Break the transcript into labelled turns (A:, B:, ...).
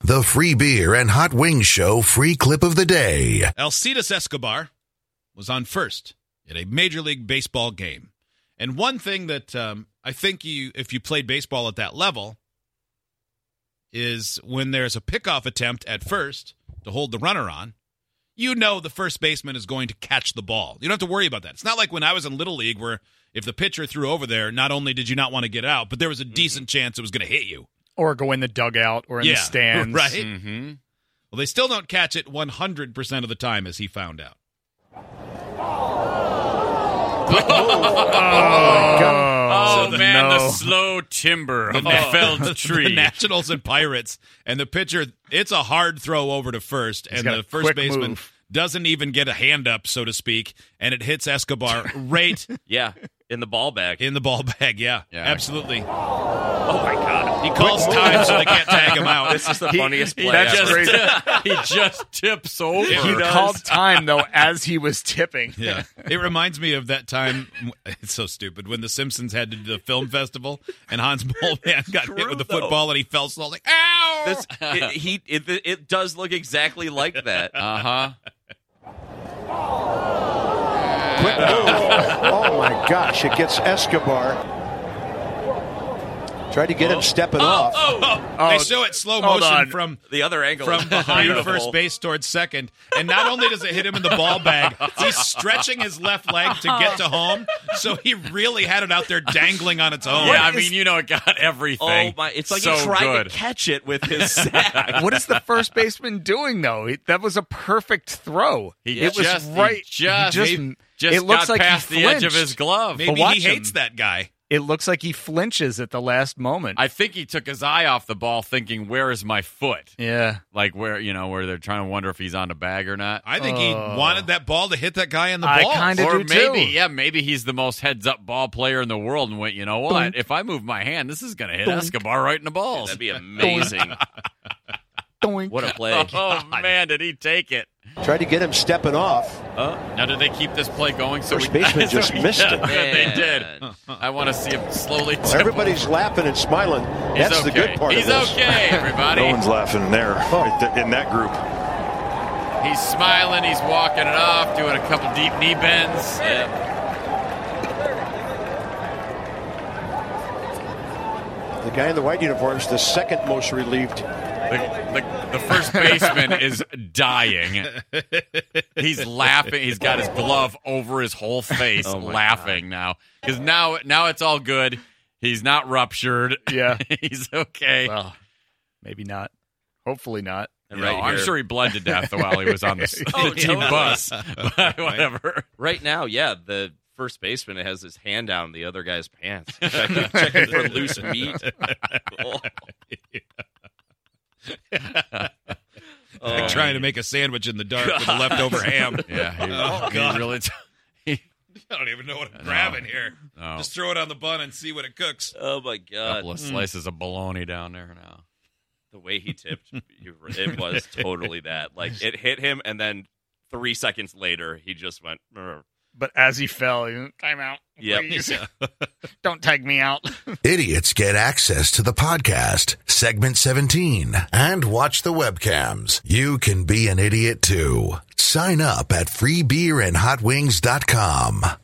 A: The free beer and hot wings show free clip of the day.
B: Alcides Escobar was on first at a Major League Baseball game. And one thing that um, I think you, if you played baseball at that level, is when there's a pickoff attempt at first to hold the runner on, you know the first baseman is going to catch the ball. You don't have to worry about that. It's not like when I was in Little League where if the pitcher threw over there, not only did you not want to get out, but there was a decent chance it was going to hit you.
C: Mm-hmm. or go in the dugout or in
B: Yeah,
C: the stands.
B: right.
D: Mm-hmm.
B: Well, they still don't catch it 100% of the time, as he found out.
D: Oh,
C: So the
D: man,
C: no.
D: the slow timber of a
B: na-
D: felled
B: Oh. The
D: tree.
B: Nationals and Pirates, and the pitcher, it's a hard throw over to first, and
C: got a
B: the first
C: quick
B: baseman
C: move.
B: doesn't even get a hand up, so to speak, and it hits Escobar right
E: Yeah, in the ball bag.
B: in the ball bag. Yeah,
D: Yeah.
B: absolutely.
E: oh my god,
B: He calls time so they can't tag him out.
E: this is the funniest play.
C: that's
E: ever.
C: just-
D: Just- he just tips over.
C: He
E: does.
C: called time though as he was tipping.
B: Yeah, it reminds me of that time. It's so stupid when the Simpsons had to do the film festival, and Hans Moleman got hit
E: True,
B: with the
E: though.
B: football, and he fell slow like ow.
E: This- it, he it, it does look exactly like that.
D: Uh huh.
F: Oh my gosh, it gets Escobar. Tried to get
D: Oh.
F: him stepping off.
B: they
C: Oh,
B: show it slow
C: hold
B: motion
C: on.
B: from
E: The other angle is
B: from behind
E: beautiful.
B: first base towards second. And not only does it hit him in the ball bag, he's stretching his left leg to get to home. So he really had it out there dangling on its own.
D: Yeah, I mean, you know, it got everything.
E: Oh my! It's like
D: so
E: he tried
D: good.
E: to catch it with his sack.
C: What is the first baseman doing though? It- that was a perfect throw.
D: He
C: it was
D: just- he
C: right.
D: just-
B: he
D: Just
C: it looks
D: got
C: like he
D: past the edge of
C: flinched.
D: his glove.
B: Maybe
C: watch
B: he hates
C: him.
B: that guy.
C: It looks like he flinches at the last moment.
D: I think he took his eye off the ball, thinking, "Where is my foot?"
C: yeah.
D: Like where you know where they're trying to wonder if he's on a bag or not.
B: I think he
C: Oh.
B: wanted that ball to hit that guy in the
C: I
B: balls.
C: kinda
D: or
C: do
D: maybe,
C: too.
D: yeah, maybe he's the most heads up ball player in the world and went, you know what? If I move my hand, this is going to hit Escobar right in the balls.
E: That'd be amazing.
C: Doink.
E: what a play!
D: oh, man, did he take it?
F: Tried to get him stepping off.
D: Now, did they keep this play going? So
F: First
D: we,
F: baseman just missed it.
D: Yeah, they
E: Man.
D: did. I want to see him slowly. Tip.
F: Everybody's laughing and smiling.
D: He's
F: That's the
D: okay.
F: good part
D: He's
F: of this.
D: okay, everybody.
G: No one's laughing there, right there in that group.
D: He's smiling. He's walking it off, doing a couple deep knee bends.
E: Yeah.
F: The guy in the white uniform's the second most relieved.
D: The, the, the first baseman is dying. He's laughing. He's got his glove over his whole face,
E: Oh my
D: laughing now. Because now, now it's all good. He's not ruptured.
C: Yeah.
D: He's okay.
C: Well, maybe not. Hopefully not.
E: And
D: You
E: right
D: know, I'm
E: here-
D: sure he bled to death while he was on the s-
E: Oh,
D: team
E: totally.
D: bus. But whatever.
E: Right now, yeah, the first baseman has his hand down the other guy's pants, checking, checking for loose meat. Oh. Oh.
B: Like trying to make a sandwich in the dark with a leftover ham.
D: Yeah, he,
B: Oh,
D: he
B: God.
D: really. T-
B: I don't even know what I'm grabbing here.
D: no,
B: Just throw it on the bun and see what it cooks.
E: Oh my
D: a Oh, couple of
E: god!
D: slices of bologna down there now.
E: The way he tipped, you- it was totally that. Like it hit him, and then three seconds later, he just went. "Brr."
C: But as he fell, he, time out.
E: Yep.
C: please. Don't tag me out.
A: Idiots get access to the podcast, segment 17, and watch the webcams. You can be an idiot too. Sign up at freebeerandhotwings.com.